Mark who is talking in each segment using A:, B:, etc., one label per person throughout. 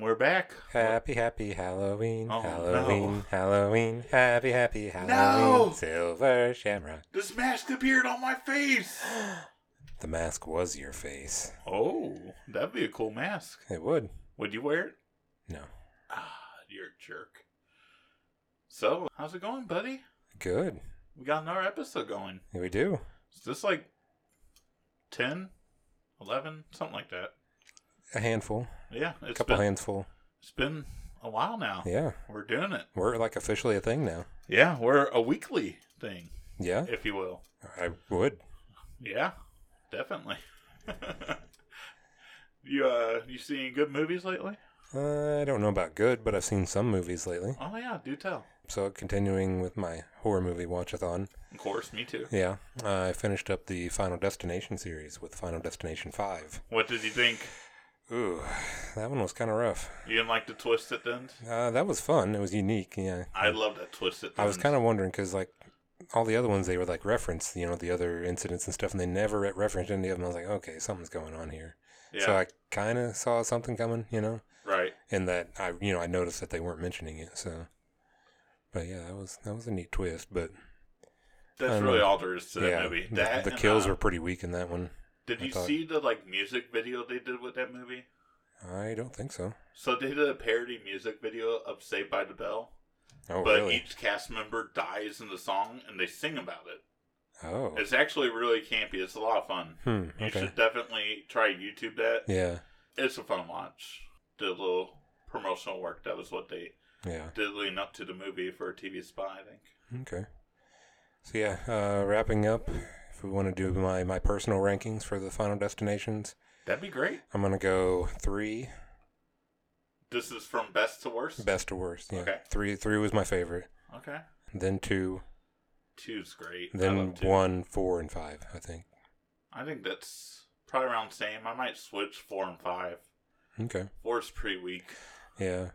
A: we're back.
B: Happy, happy Halloween,
A: Oh,
B: Halloween,
A: no.
B: Halloween, happy, happy Halloween,
A: No!
B: silver shamrock.
A: This mask appeared on my face.
B: The mask was your face.
A: Oh, that'd be a cool mask.
B: It would.
A: Would you wear it?
B: No.
A: Ah, you're a jerk. So, how's it going, buddy?
B: Good.
A: We got another episode going.
B: We do.
A: Is this like 10, 11, something like that?
B: A handful.
A: Yeah,
B: A
A: it's
B: couple
A: been,
B: handful.
A: it's been a while now.
B: Yeah.
A: We're doing it.
B: We're like officially a thing now.
A: Yeah, we're a weekly thing,
B: Yeah.
A: if you will.
B: I would.
A: Yeah, definitely. you uh, you seen good movies lately?
B: I don't know about good, but I've seen some movies lately.
A: Oh yeah, do tell.
B: So continuing with my horror movie watchathon.
A: Of course, me too.
B: Yeah. I finished up the Final Destination series with Final Destination 5.
A: What did you think?
B: Ooh, that one was kind of rough.
A: You didn't like the twist at the end?
B: Uh, that was fun. It was unique. Yeah,
A: I love that twist at the
B: Hmm. I was
A: end.
B: kind of wondering because like all the other ones, they were like referenced, you know, the other incidents and stuff, and they never re- referenced any of them. I was like, okay, something's going on here.
A: yeah,
B: So I kind of saw something coming, you know,
A: right.
B: and that I, you know, I noticed that they weren't mentioning it. So, but yeah, that was that was a neat twist. But
A: That's
B: Um,
A: really all there is to that
B: yeah,
A: movie.
B: the-
A: That
B: the
A: and,
B: kills
A: uh,
B: were pretty weak in that one.
A: Did
B: I
A: you
B: thought-
A: see the like music video they did with that movie?
B: I don't think so.
A: So they did a parody music video of Saved by the Bell,
B: Oh
A: but
B: really?
A: each cast member dies in the song and they sing about it.
B: oh.
A: It's actually really campy. It's a lot of fun.
B: Hmm.
A: You
B: Okay.
A: should definitely try YouTube that.
B: Yeah.
A: It's a fun watch. Did a little promotional work. That was what they
B: Yeah.
A: did leading up to the movie for a TV spot, I think.
B: Okay. So yeah, uh, wrapping up. If we want to do my my personal rankings for the final destinations,
A: That'd be great.
B: I'm gonna go three
A: This is from best to worst.
B: best to worst. Yeah,
A: Okay.
B: three three was my favorite.
A: Okay.
B: Then two,
A: Two's great. I
B: then
A: love two.
B: one, four, and five. I think.
A: I think that's probably around the same. I might switch four and five.
B: Okay.
A: Four's pretty weak.
B: Yeah.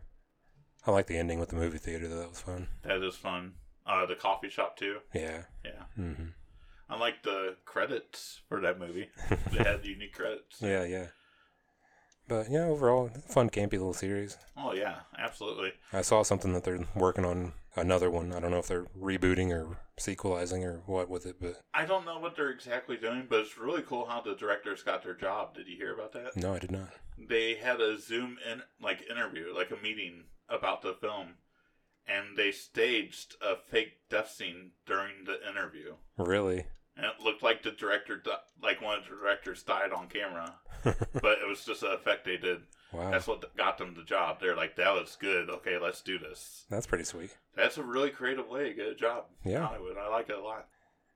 B: I like the ending with the movie theater though. That was fun.
A: That is fun. Uh, the coffee shop too.
B: Yeah.
A: Yeah.
B: hmm
A: I like the credits for that movie. they had unique credits.
B: Yeah. Yeah. But yeah, overall, fun campy little series.
A: Oh yeah, absolutely.
B: I saw something that they're working on another one. I don't know if they're rebooting or sequelizing or what with it, but
A: I don't know what they're exactly doing, but it's really cool how the directors got their job. Did you hear about that?
B: no, I did not.
A: They had a Zoom in like interview, like a meeting about the film, and they staged a fake death scene during the interview,
B: Really?
A: and it looked like the director, di- like one of the directors, died on camera, but it was just an effect they did. That's
B: Wow. That's,
A: what got them the job. They're like, "That was good. Okay, let's do this."
B: pretty sweet.
A: That's a really creative way to get a job. in
B: Yeah.
A: Hollywood. I like it a lot.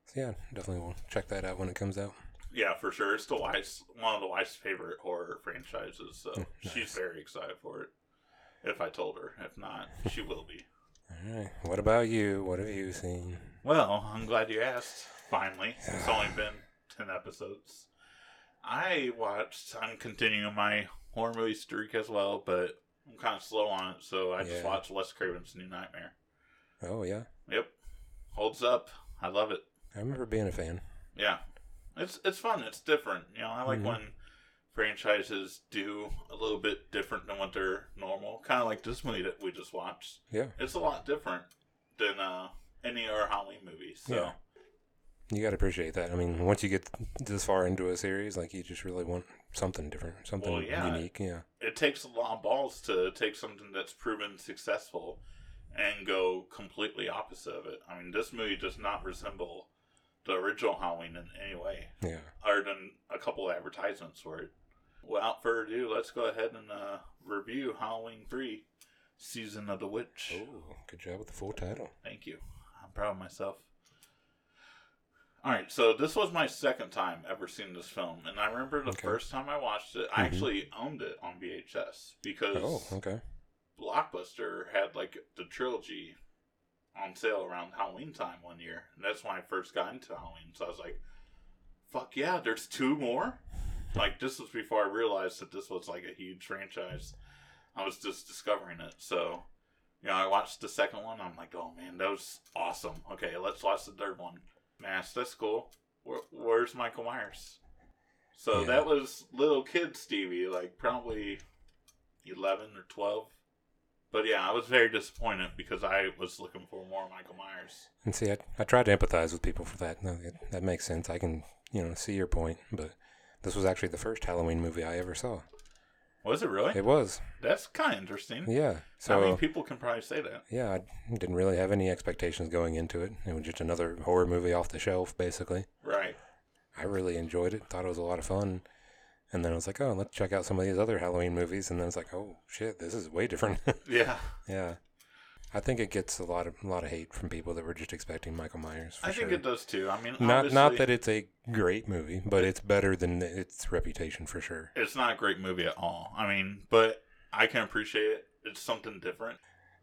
B: So yeah, definitely will check that out when it comes out.
A: Yeah, for sure. It's the wife's one of the wife's favorite horror franchises, so she's very excited for it. If I told her, if not, she will be.
B: All right. What about you? What have you seen?
A: Well, I'm glad you asked. Finally, it's only been ten episodes. I watched. I'm continuing my horror movie streak as well, but I'm kind of slow on it, so I
B: Yeah.
A: just watched Wes Craven's New Nightmare.
B: Oh yeah,
A: Yep, holds up. I love it.
B: I remember being a fan.
A: Yeah, it's it's fun. It's different. You know, I like
B: Mhm.
A: when franchises do a little bit different than what they're normal. Kind of like this movie that we just watched.
B: Yeah.
A: It's a lot different than uh, any other Halloween movie. So
B: Yeah. You gotta appreciate that. I mean, once you get this far into a series, like you just really want something different, something
A: Well, yeah.
B: unique. Yeah.
A: it takes a lot of balls to take something that's proven successful and go completely opposite of it. I mean, this movie does not resemble the original Halloween in any way.
B: Yeah.
A: other than a couple advertisements for it. Without further ado, let's go ahead and uh, review Halloween 3 Season of the Witch.
B: Oh, good job with the full title.
A: Thank you. I'm proud of myself. All right, so this was my second time ever seeing this film, and I remember the
B: Okay. Mm-hmm.
A: first time I watched it, I actually owned it on VHS because
B: Oh, okay.
A: Blockbuster had like the trilogy on sale around Halloween time one year, and that's when I first got into Halloween. So I was like, "Fuck yeah, there's two more!" Like this was before I realized that this was like a huge franchise. I was just discovering it, so you know I watched the second one. I'm like, "Oh man, that was awesome." Okay, let's watch the third one. Mass, that's cool. Where, where's Michael Myers? So
B: Yeah.
A: that was little kid Stevie, like probably eleven or twelve. But yeah, I was very disappointed because I was looking for more Michael Myers.
B: And see, I, I try to empathize with people for that. No, that, that makes sense. I can, you know, see your point, but this was actually the first Halloween movie I ever saw.
A: Was it really?
B: It was,
A: That's kind of interesting.
B: yeah. So
A: I mean, people can probably say that.
B: yeah, I didn't really have any expectations going into it. It was just another horror movie off the shelf, basically.
A: Right.
B: I really enjoyed it. Thought it was a lot of fun. And then I was like, oh, let's check out some of these other Halloween movies. And then it's like, oh shit, this is way different.
A: Yeah.
B: yeah, I think it gets a lot of a lot of hate from people that were just expecting Michael Myers. For
A: I
B: sure.
A: think it does too. I mean,
B: Not not
A: obviously,
B: that it's a great movie, but it's better than its reputation for sure.
A: it's not a great movie at all. I mean, but I can appreciate it. It's something different.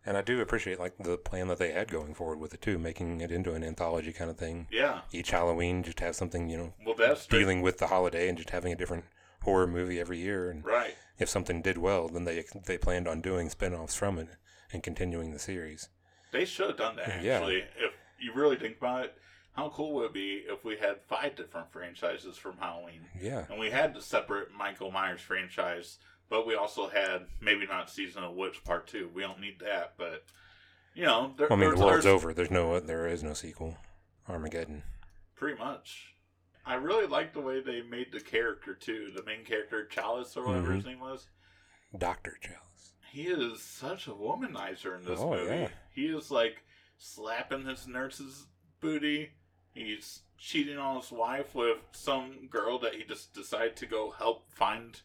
B: And I do appreciate like the plan that they had going forward with it too, making it into an anthology kind of thing.
A: Yeah.
B: Each Halloween, just have something you know
A: Well, that's straight-
B: dealing with the holiday, and just having a different horror movie every year. And
A: right.
B: if something did well, then they they planned on doing spin-offs from it and continuing the series.
A: They should have done that
B: Yeah.
A: actually. If you really think about it, how cool would it be if we had five different franchises from Halloween?
B: Yeah,
A: And we had the separate Michael Myers franchise, but we also had maybe not Season of Witch Part Two. We don't need that, but you know, there,
B: well, I mean
A: there's-
B: the world's
A: there's-
B: over. There's no there is no sequel. Armageddon.
A: Pretty much. I really like the way they made the character too. The main character, Chalice or whatever
B: Mm-hmm.
A: his name was.
B: Doctor Chalice.
A: He is such a womanizer in this
B: Oh,
A: movie.
B: yeah.
A: He is like slapping his nurse's booty. He's cheating on his wife with some girl that he just decided to go help find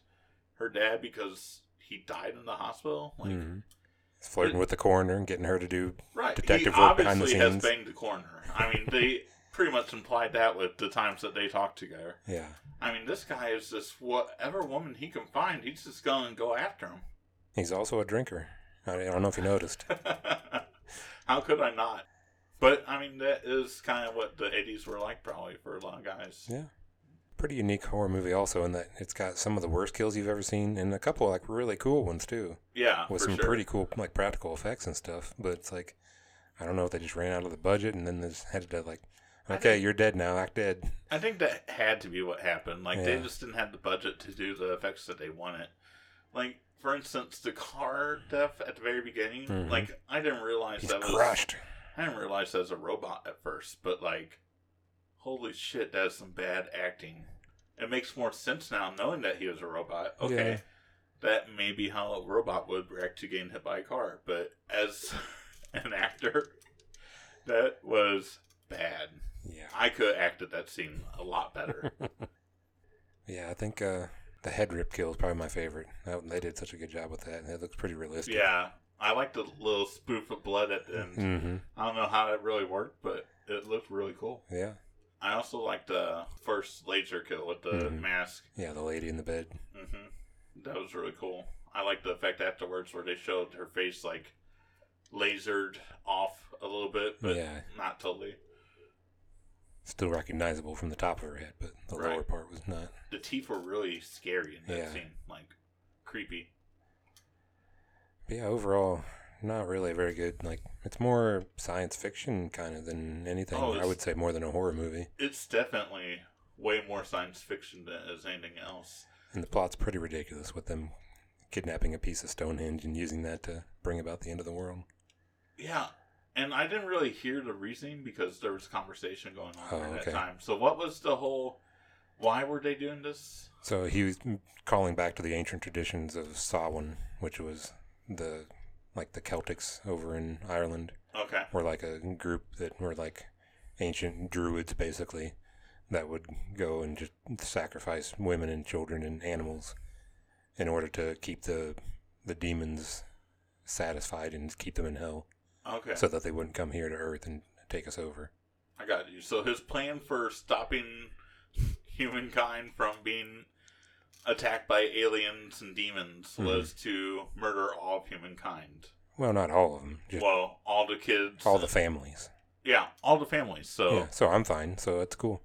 A: her dad because he died in the hospital. Like,
B: Mhm. He's flirting with the coroner and getting her to do
A: right?
B: Detective
A: he
B: work behind the
A: obviously has
B: scenes.
A: banged the coroner. I mean, they pretty much implied that with the times that they talked together.
B: yeah.
A: I mean, this guy is just whatever woman he can find, he's just going to go after him.
B: He's also a drinker. I I don't know if you noticed.
A: How could I not? But I mean, that is kind of what the 80s were like, probably, for a lot of guys.
B: Yeah. Pretty unique horror movie also in that it's got some of the worst kills you've ever seen and a couple like really cool ones too.
A: Yeah,
B: With
A: for
B: some
A: sure.
B: pretty cool like practical effects and stuff. But it's like I don't know if they just ran out of the budget and then they just had to like
A: I
B: Okay,
A: think-
B: you're dead now, act dead.
A: I think that had to be what happened. Like, they
B: Yeah.
A: just didn't have the budget to do the effects that they wanted. Like, for instance, the car death at the very beginning,
B: Mhm.
A: like, I didn't realize
B: He's
A: that was.
B: crushed.
A: I didn't realize that was a robot at first, but like, holy shit, that is some bad acting. It makes more sense now knowing that he was a robot. Okay,
B: Yeah.
A: that may be how a robot would react to getting hit by a car, but as an actor, that was bad.
B: Yeah.
A: I could have acted that scene a lot better.
B: Yeah, I think uh the head rip kill is probably my favorite. That, they did such a good job with that and it looks pretty realistic.
A: yeah, I like the little spoof of blood at the end.
B: Mm-hmm.
A: I don't know how that really worked, but it looked really cool.
B: Yeah.
A: I also liked the first laser kill with the
B: Mhm.
A: mask.
B: Yeah, the lady in the bed.
A: hmm That was really cool. I like the effect afterwards where they showed her face like lasered off a little bit, but
B: Yeah.
A: not totally.
B: Still recognizable from the top of her head, but the
A: Right.
B: lower part was not.
A: The teeth were really scary in that
B: Yeah.
A: scene, like creepy.
B: But yeah, overall, not really very good. Like it's more science fiction kind of than anything.
A: Oh,
B: I
A: it's-
B: would say more than a horror movie,
A: It's definitely way more science fiction than as anything else.
B: and the plot's pretty ridiculous with them kidnapping a piece of Stonehenge and using that to bring about the end of the world.
A: Yeah. And I didn't really hear the reasoning because there was conversation going on
B: Oh,
A: during
B: okay.
A: that time. So what was the whole why were they doing this?
B: So he was calling back to the ancient traditions of Samhain, which was the like the Celtics over in Ireland.
A: Okay.
B: were like a group that were like ancient druids basically that would go and just sacrifice women and children and animals in order to keep the the demons satisfied and keep them in hell
A: Okay.
B: so that they wouldn't come here to earth and take us over.
A: I got you. So his plan for stopping humankind from being attacked by aliens and demons
B: Mm-hmm.
A: was to murder all of humankind.
B: Well, not all of them, just
A: Well, all the kids.
B: all the families.
A: yeah, all the families. So
B: Yeah, so I'm fine. So that's cool.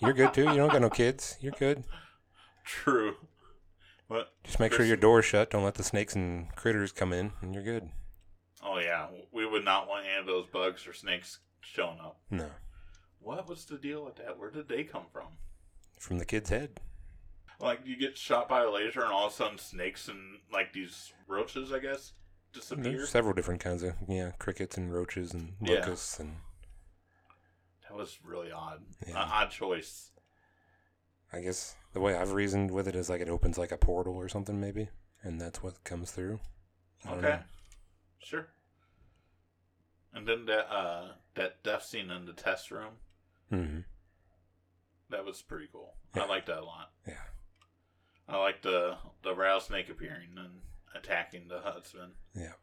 B: You're good too. You don't got no kids. You're good.
A: true. But
B: Just make sure your door's shut. Don't let the snakes and critters come in, and you're good.
A: oh yeah, we would not want any of those bugs or snakes showing up.
B: No.
A: What was the deal with that? Where did they come from?
B: From the kid's head.
A: Like you get shot by a laser, and all of a sudden snakes and like these roaches, I guess, disappear.
B: There's several different kinds of yeah, crickets and roaches and
A: Yeah.
B: locusts and
A: That was really odd.
B: Yeah.
A: An odd choice.
B: I guess the way I've reasoned with it is like it opens like a portal or something maybe, and that's what comes through. I don't
A: Okay,
B: know.
A: sure. And then that uh that death scene in the test room
B: Mhm.
A: that was pretty cool.
B: Yeah.
A: I liked that a lot.
B: Yeah.
A: I like the the rattlesnake appearing and attacking the husband.
B: Yeah.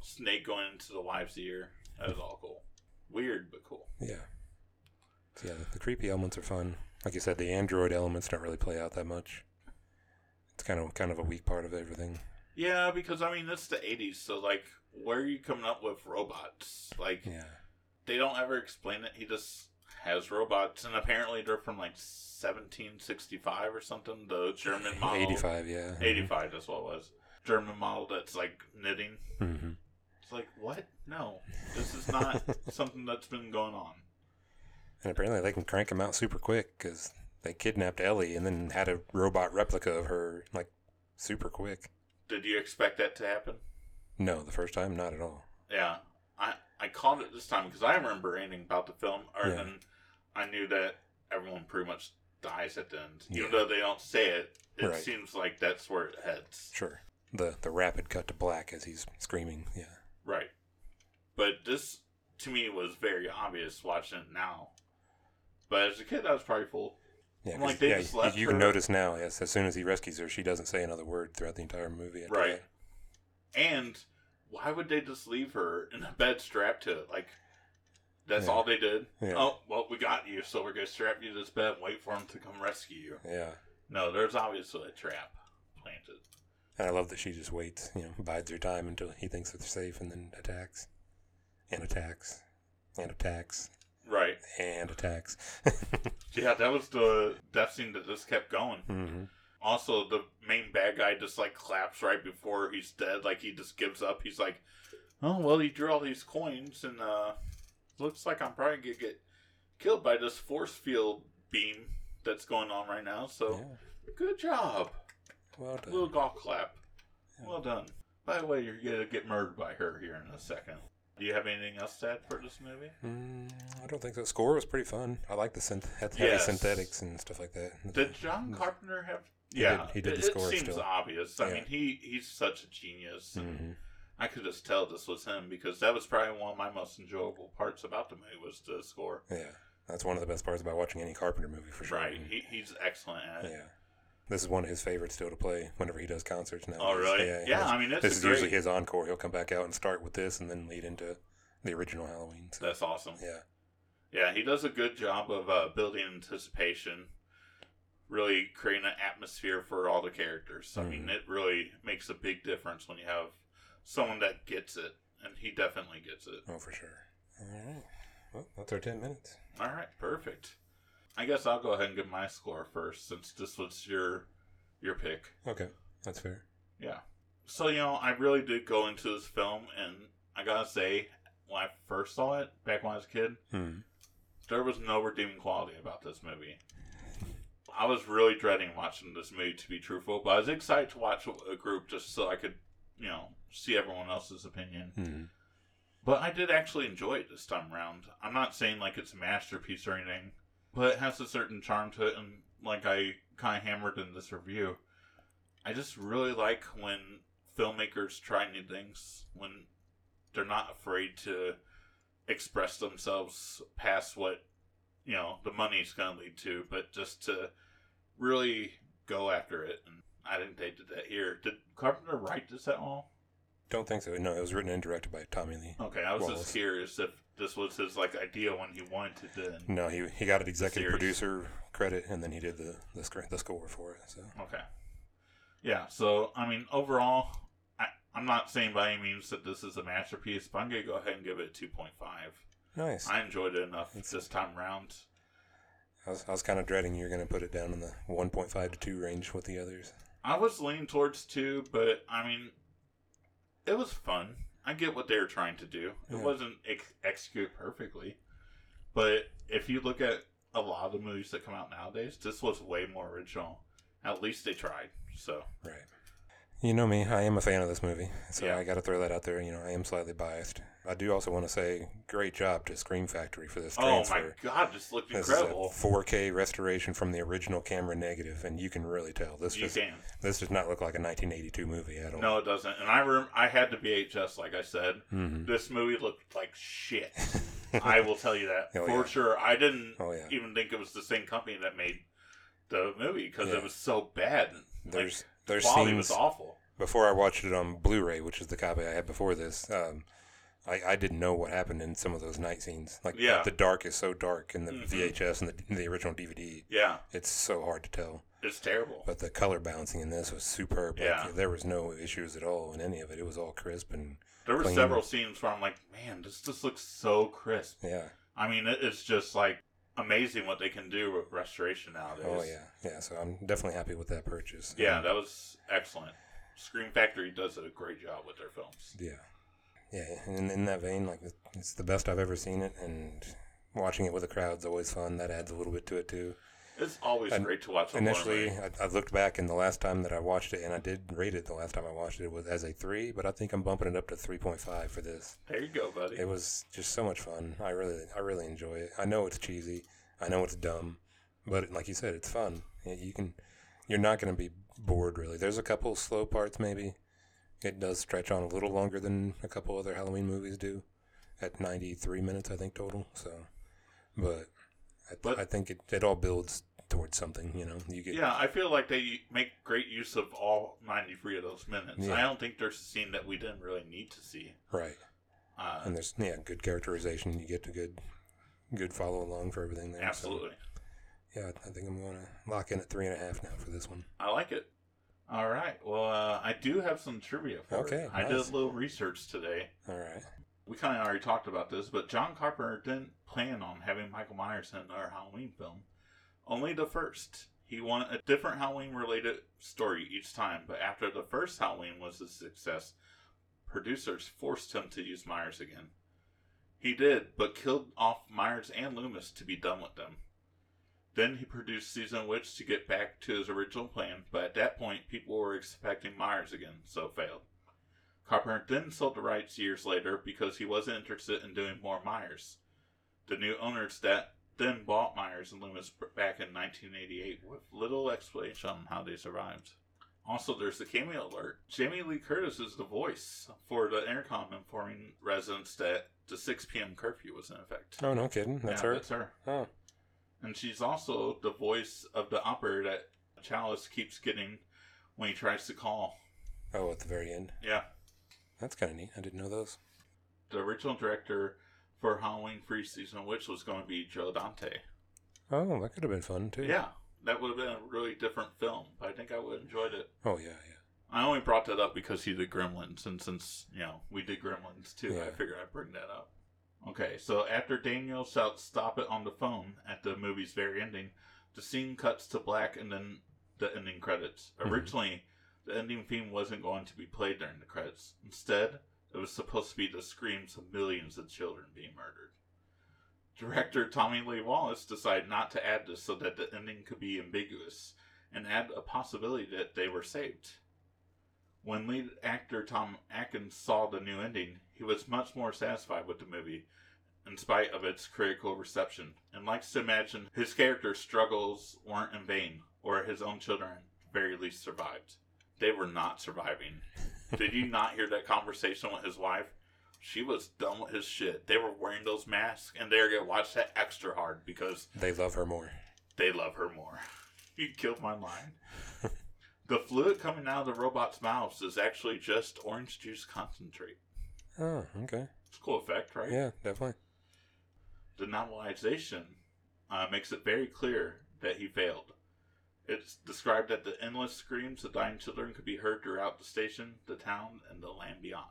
A: Snake going into the wife's ear. That was all cool. Weird but cool.
B: Yeah. So yeah, the, the creepy elements are fun. Like you said, the android elements don't really play out that much. It's kind of kind of a weak part of everything.
A: Yeah, because I mean it's the '80s, so like, where are you coming up with robots? Like,
B: Yeah.
A: they don't ever explain it. He just has robots, and apparently they're from like 1765 or something. The German model,
B: 85, yeah.
A: 85, that's what it was. German model that's like knitting.
B: hmm
A: It's like what? No, this is not something that's been going on.
B: And apparently they can crank them out super quick because they kidnapped Ellie and then had a robot replica of her, like, super quick.
A: Did you expect that to happen?
B: No, the first time, not at all.
A: Yeah, I I called it this time because I remember anything about the film, or
B: Yeah.
A: then I knew that everyone pretty much dies at the end,
B: Yeah.
A: even though they don't say it. It
B: Right.
A: seems like that's where it heads,
B: Sure. The the rapid cut to black as he's screaming. Yeah.
A: right? But this to me was very obvious watching it now. But as a kid, I was probably fooled.
B: Yeah,
A: I'm
B: 'cause-
A: like, they
B: yeah,
A: just
B: you-
A: left
B: you can
A: her-
B: notice now, yes, as soon as he rescues her, she doesn't say another word throughout the entire movie. after
A: Right.
B: that.
A: And why would they just leave her in a bed strapped to it? Like that's
B: Yeah.
A: all they did.
B: Yeah.
A: Oh well, we got you, so we're gonna strap you to this bed and wait for him to come rescue you.
B: Yeah.
A: No, there's obviously a trap planted.
B: And I love that she just waits, you know, bides her time until he thinks that they're safe and then attacks. And attacks. And attacks.
A: Right.
B: And attacks.
A: Yeah, that was the death scene that just kept going.
B: hmm
A: Also, the main bad guy just like claps right before he's dead. Like he just gives up. He's like, "Oh well, he drew all these coins, and uh, looks like I'm probably gonna get killed by this force field beam that's going on right now." So,
B: Yeah.
A: good job,
B: Well done.
A: little golf clap.
B: Yeah.
A: Well done. By the way, you're gonna get murdered by her here in a second. Do you have anything else to add for this movie?
B: Mm, I don't think so. Score was pretty fun. I like the synth- heavy
A: Yes.
B: synthetics and stuff like that.
A: Did John Carpenter have?
B: He
A: yeah,
B: did- he did
A: it,
B: the score
A: It seems
B: still.
A: obvious. I
B: Yeah.
A: mean, he he's such a genius.
B: hmm
A: I could just tell this was him because that was probably one of my most enjoyable parts about the movie was the score.
B: Yeah, that's one of the best parts about watching any Carpenter movie for sure.
A: Right, he, he's excellent at it.
B: Yeah, this is one of his favorites still to play whenever he does concerts now.
A: Oh, really?
B: Yeah,
A: Yeah,
B: he does-
A: I mean, that's
B: this
A: a
B: is
A: great,
B: usually his encore. He'll come back out and start with this, and then lead into the original Halloween. So,
A: That's awesome.
B: yeah,
A: Yeah, he does a good job of uh, building anticipation, really creating an atmosphere for all the characters. I mean,
B: Mhm.
A: it really makes a big difference when you have someone that gets it, and he definitely gets it.
B: oh for sure. All right, well, that's our ten minutes.
A: All right, perfect. I guess I'll go ahead and give my score first since this was your your pick.
B: Okay, that's fair.
A: Yeah. So you know, I really did go into this film, and I gotta say, when I first saw it back when I was a kid,
B: Hmm.
A: there was no redeeming quality about this movie. I was really dreading watching this movie, to be truthful, but I was excited to watch with a group just so I could, you know, see everyone else's opinion.
B: hmm
A: But I did actually enjoy it this time around. I'm not saying like it's a masterpiece or anything, but it has a certain charm to it. And like I kind of hammered in this review, I just really like when filmmakers try new things, when they're not afraid to express themselves past what, you know, the money's going to lead to, but just to really go after it. And I think they did that here. Did Carpenter write this at all?
B: Don't think so. No, it was written and directed by Tommy Lee.
A: Okay, I was
B: Wallace.
A: just curious if this was his like idea when he wanted it in.
B: No, he he got an executive
A: series.
B: producer credit, and then he did the the, sc- the score for it. So
A: Okay. Yeah, so I mean overall I, I'm not saying by any means that this is a masterpiece, but I'm gonna go ahead and give it two point five.
B: nice.
A: I enjoyed it enough
B: It's-
A: this time around.
B: I was, I was kind of dreading you were going to put it down in the 1.5 to 2 range with the others.
A: I was leaning towards two, but I mean it was fun. I get what they were trying to do. It
B: Yeah.
A: wasn't ex- executed perfectly. But if you look at a lot of the movies that come out nowadays, this was way more original. At least they tried. So
B: Right. You know me, I am a fan of this movie, so
A: Yeah.
B: I got to throw that out there. You know, I am slightly biased. I do also want to say, great job to Scream Factory for this transfer.
A: oh my god, this looked
B: This
A: incredible.
B: is a 4K restoration from the original camera negative, and you can really tell this
A: You
B: does
A: can.
B: this does not look like a 1982 movie at all.
A: No, it doesn't. And I rem- I had the VHS, like I said.
B: Mhm.
A: This movie looked like shit. I will tell you that
B: Oh,
A: for
B: yeah.
A: sure. I didn't
B: Oh yeah,
A: even think it was the same company that made the movie because
B: Yeah.
A: it was so bad.
B: there's
A: like,
B: there's
A: quality
B: scenes
A: was awful.
B: before I watched it on Blu-ray, which is the copy I had before this. Um, I, I didn't know what happened in some of those night scenes. Like
A: Yeah.
B: the dark is so dark in the
A: Mhm.
B: VHS and the, the original DVD,
A: Yeah,
B: it's so hard to tell.
A: it's terrible.
B: But the color balancing in this was superb. Like,
A: Yeah.
B: there was no issues at all in any of it. It was all crisp and
A: There were
B: clean.
A: several scenes where I'm like, man, this just looks so crisp.
B: yeah.
A: I mean, it- it's just like amazing what they can do with restoration nowadays.
B: Oh yeah, yeah. So I'm definitely happy with that purchase.
A: Yeah,
B: Um,
A: that was excellent. Scream Factory does a great job with their films.
B: Yeah, yeah. And in, in that vein, like it's the best I've ever seen it, and watching it with a crowd's always fun. That adds a little bit to it too.
A: It's always
B: And
A: great to watch. on
B: Initially,
A: Blu-ray.
B: I, I looked back, and the last time that I watched it, and I did rate it the last time I watched it, it was as a three, but I think I'm bumping it up to three point five for this.
A: there you go, buddy.
B: It was just so much fun. I really, I really enjoy it. I know it's cheesy. I know it's dumb, but like you said, it's fun. Y- You can, you're not going to be bored really. There's a couple slow parts maybe. It does stretch on a little longer than a couple other Halloween movies do, at 93 minutes I think total. So, but I, th-
A: But-
B: I think it, it all builds towards something. You know, you get
A: yeah, I feel like they make great use of all 93 of those minutes.
B: Yeah.
A: I don't think there's a scene that we didn't really need to see.
B: right,
A: Uh,
B: and there's yeah good characterization. You get a good, good follow along for everything there. so-
A: absolutely.
B: Yeah, I think I'm going to lock in at three and a half now for this one.
A: I like it. All right. Well, uh, I do have some trivia for
B: Okay,
A: it. I did
B: nice.
A: a little research today.
B: All right.
A: We kind of already talked about this, but John Carpenter didn't plan on having Michael Myers in another Halloween film, only the first. He wanted a different Halloween related story each time, but after the first Halloween was a success, producers forced him to use Myers again. He did, but killed off Myers and Loomis to be done with them. Then he produced Season of Witch to get back to his original plan, but at that point, people were expecting Myers again, so failed. Carpenter then sold the rights years later because he wasn't interested in doing more Myers. The new owners that then bought Myers and Loomis back in 1988 with little explanation on how they survived. Also, there's the cameo alert. Jamie Lee Curtis is the voice for the intercom informing residents that the 6 p.m. curfew was in effect.
B: Oh, no kidding. That's
A: Yeah,
B: her.
A: That's her.
B: Oh,
A: And she's also the voice of the opera that Chalice keeps getting when he tries to call.
B: oh, at the very end.
A: Yeah.
B: That's kind of neat. I didn't know those.
A: The original director for Halloween Free Season, which was going to be Joe Dante.
B: Oh, that could have been fun too.
A: Yeah. That would have been a really different film, but I think I would have enjoyed it.
B: Oh yeah,
A: I only brought that up because he did Gremlins, and since, you know, we did Gremlins too, I
B: Yeah.
A: figured I'd bring that up. Okay, so after Daniel shouts stop it on the phone at the movie's very ending, the scene cuts to black and then the ending credits.
B: Mhm.
A: Originally, the ending theme wasn't going to be played during the credits. Instead, it was supposed to be the screams of millions of children being murdered. Director Tommy Lee Wallace decided not to add this so that the ending could be ambiguous and add a possibility that they were saved. When lead actor Tom Atkins saw the new ending, he was much more satisfied with the movie, in spite of its critical reception, and likes to imagine his character's struggles weren't in vain, or his own children at the very least survived. They were not surviving. Did you not hear that conversation with his wife? She was done with his shit. They were wearing those masks, and they're gonna watch that extra hard because
B: yeah. They love her more.
A: they love her more. you killed my line. the fluid coming out of the robot's mouths is actually just orange juice concentrate.
B: Oh, okay.
A: It's a cool effect, right?
B: Yeah, definitely.
A: The novelization uh, makes it very clear that he failed. It's described that the endless screams of dying children could be heard throughout the station, the town, and the land beyond.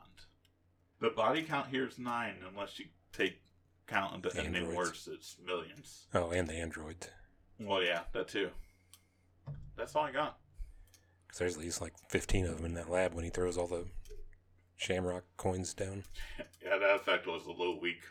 A: The body count here is nine, unless you take count of the ending
B: Androids.
A: words, it's millions.
B: Oh, and the androids.
A: Well, yeah, that too. That's all I got.
B: 'Cause there's at least like 15 of them in that lab when he throws all the shamrock coins down.
A: Yeah, that effect was a little weak.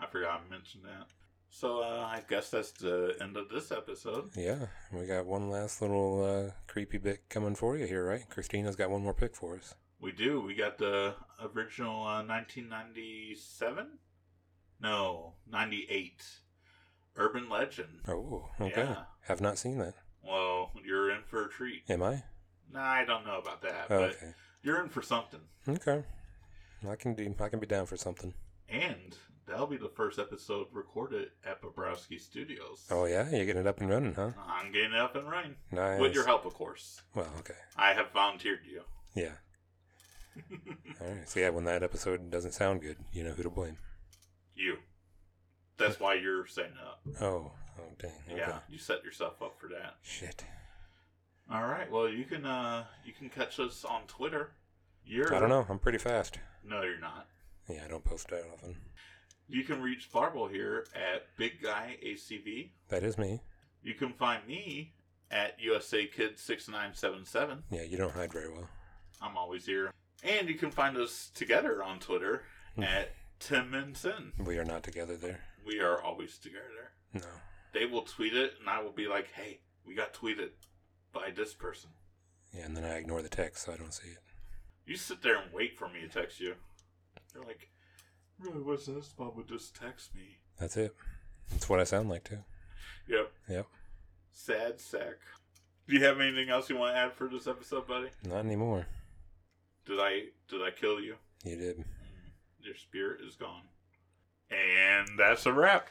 A: I forgot I mentioned that. So uh, I guess that's the end of this episode.
B: Yeah, we got one last little uh, creepy bit coming for you here, right? Christina's got one more pick for us.
A: We do. We got the original uh, 1997? No, 98. Urban Legend.
B: Oh, okay.
A: Yeah.
B: Have not seen that.
A: Well, you're in for a treat.
B: Am I?
A: Nah, I don't know about that,
B: Oh,
A: but
B: okay.
A: you're in for something.
B: Okay. I can do. I can be down for something.
A: And that'll be the first episode recorded at Bobrowski Studios.
B: Oh yeah, you're getting it up and running, huh?
A: I'm getting up and running.
B: Nice.
A: With your help, of course.
B: Well, okay.
A: I have volunteered you.
B: Yeah. All right. So yeah, when that episode doesn't sound good, you know who to blame.
A: You. That's why you're setting up.
B: Oh. Oh dang. Okay.
A: Yeah, you set yourself up for that.
B: Shit.
A: All right. Well, you can uh you can catch us on Twitter. You're
B: I don't know. I'm pretty fast.
A: No, you're not.
B: Yeah, I don't post that often.
A: You can reach Barbel here at Big Guy ACV.
B: That is me.
A: You can find me at USA Kid six nine seven seven.
B: Yeah, you don't hide very well.
A: I'm always here. And you can find us together on Twitter
B: Hmm.
A: at Tim and Sin.
B: We are not together there.
A: We are always together.
B: No.
A: They will tweet it, and I will be like, "Hey, we got tweeted by this person."
B: Yeah, and then I ignore the text, so I don't see it.
A: You sit there and wait for me to text you. You're like, really wish this Bob would just text me.
B: That's it. That's what I sound like too.
A: Yep.
B: Yep.
A: Sad sack. Do you have anything else you want to add for this episode, buddy?
B: Not anymore.
A: Did I did I kill you?
B: You did.
A: Your spirit is gone. And that's a wrap.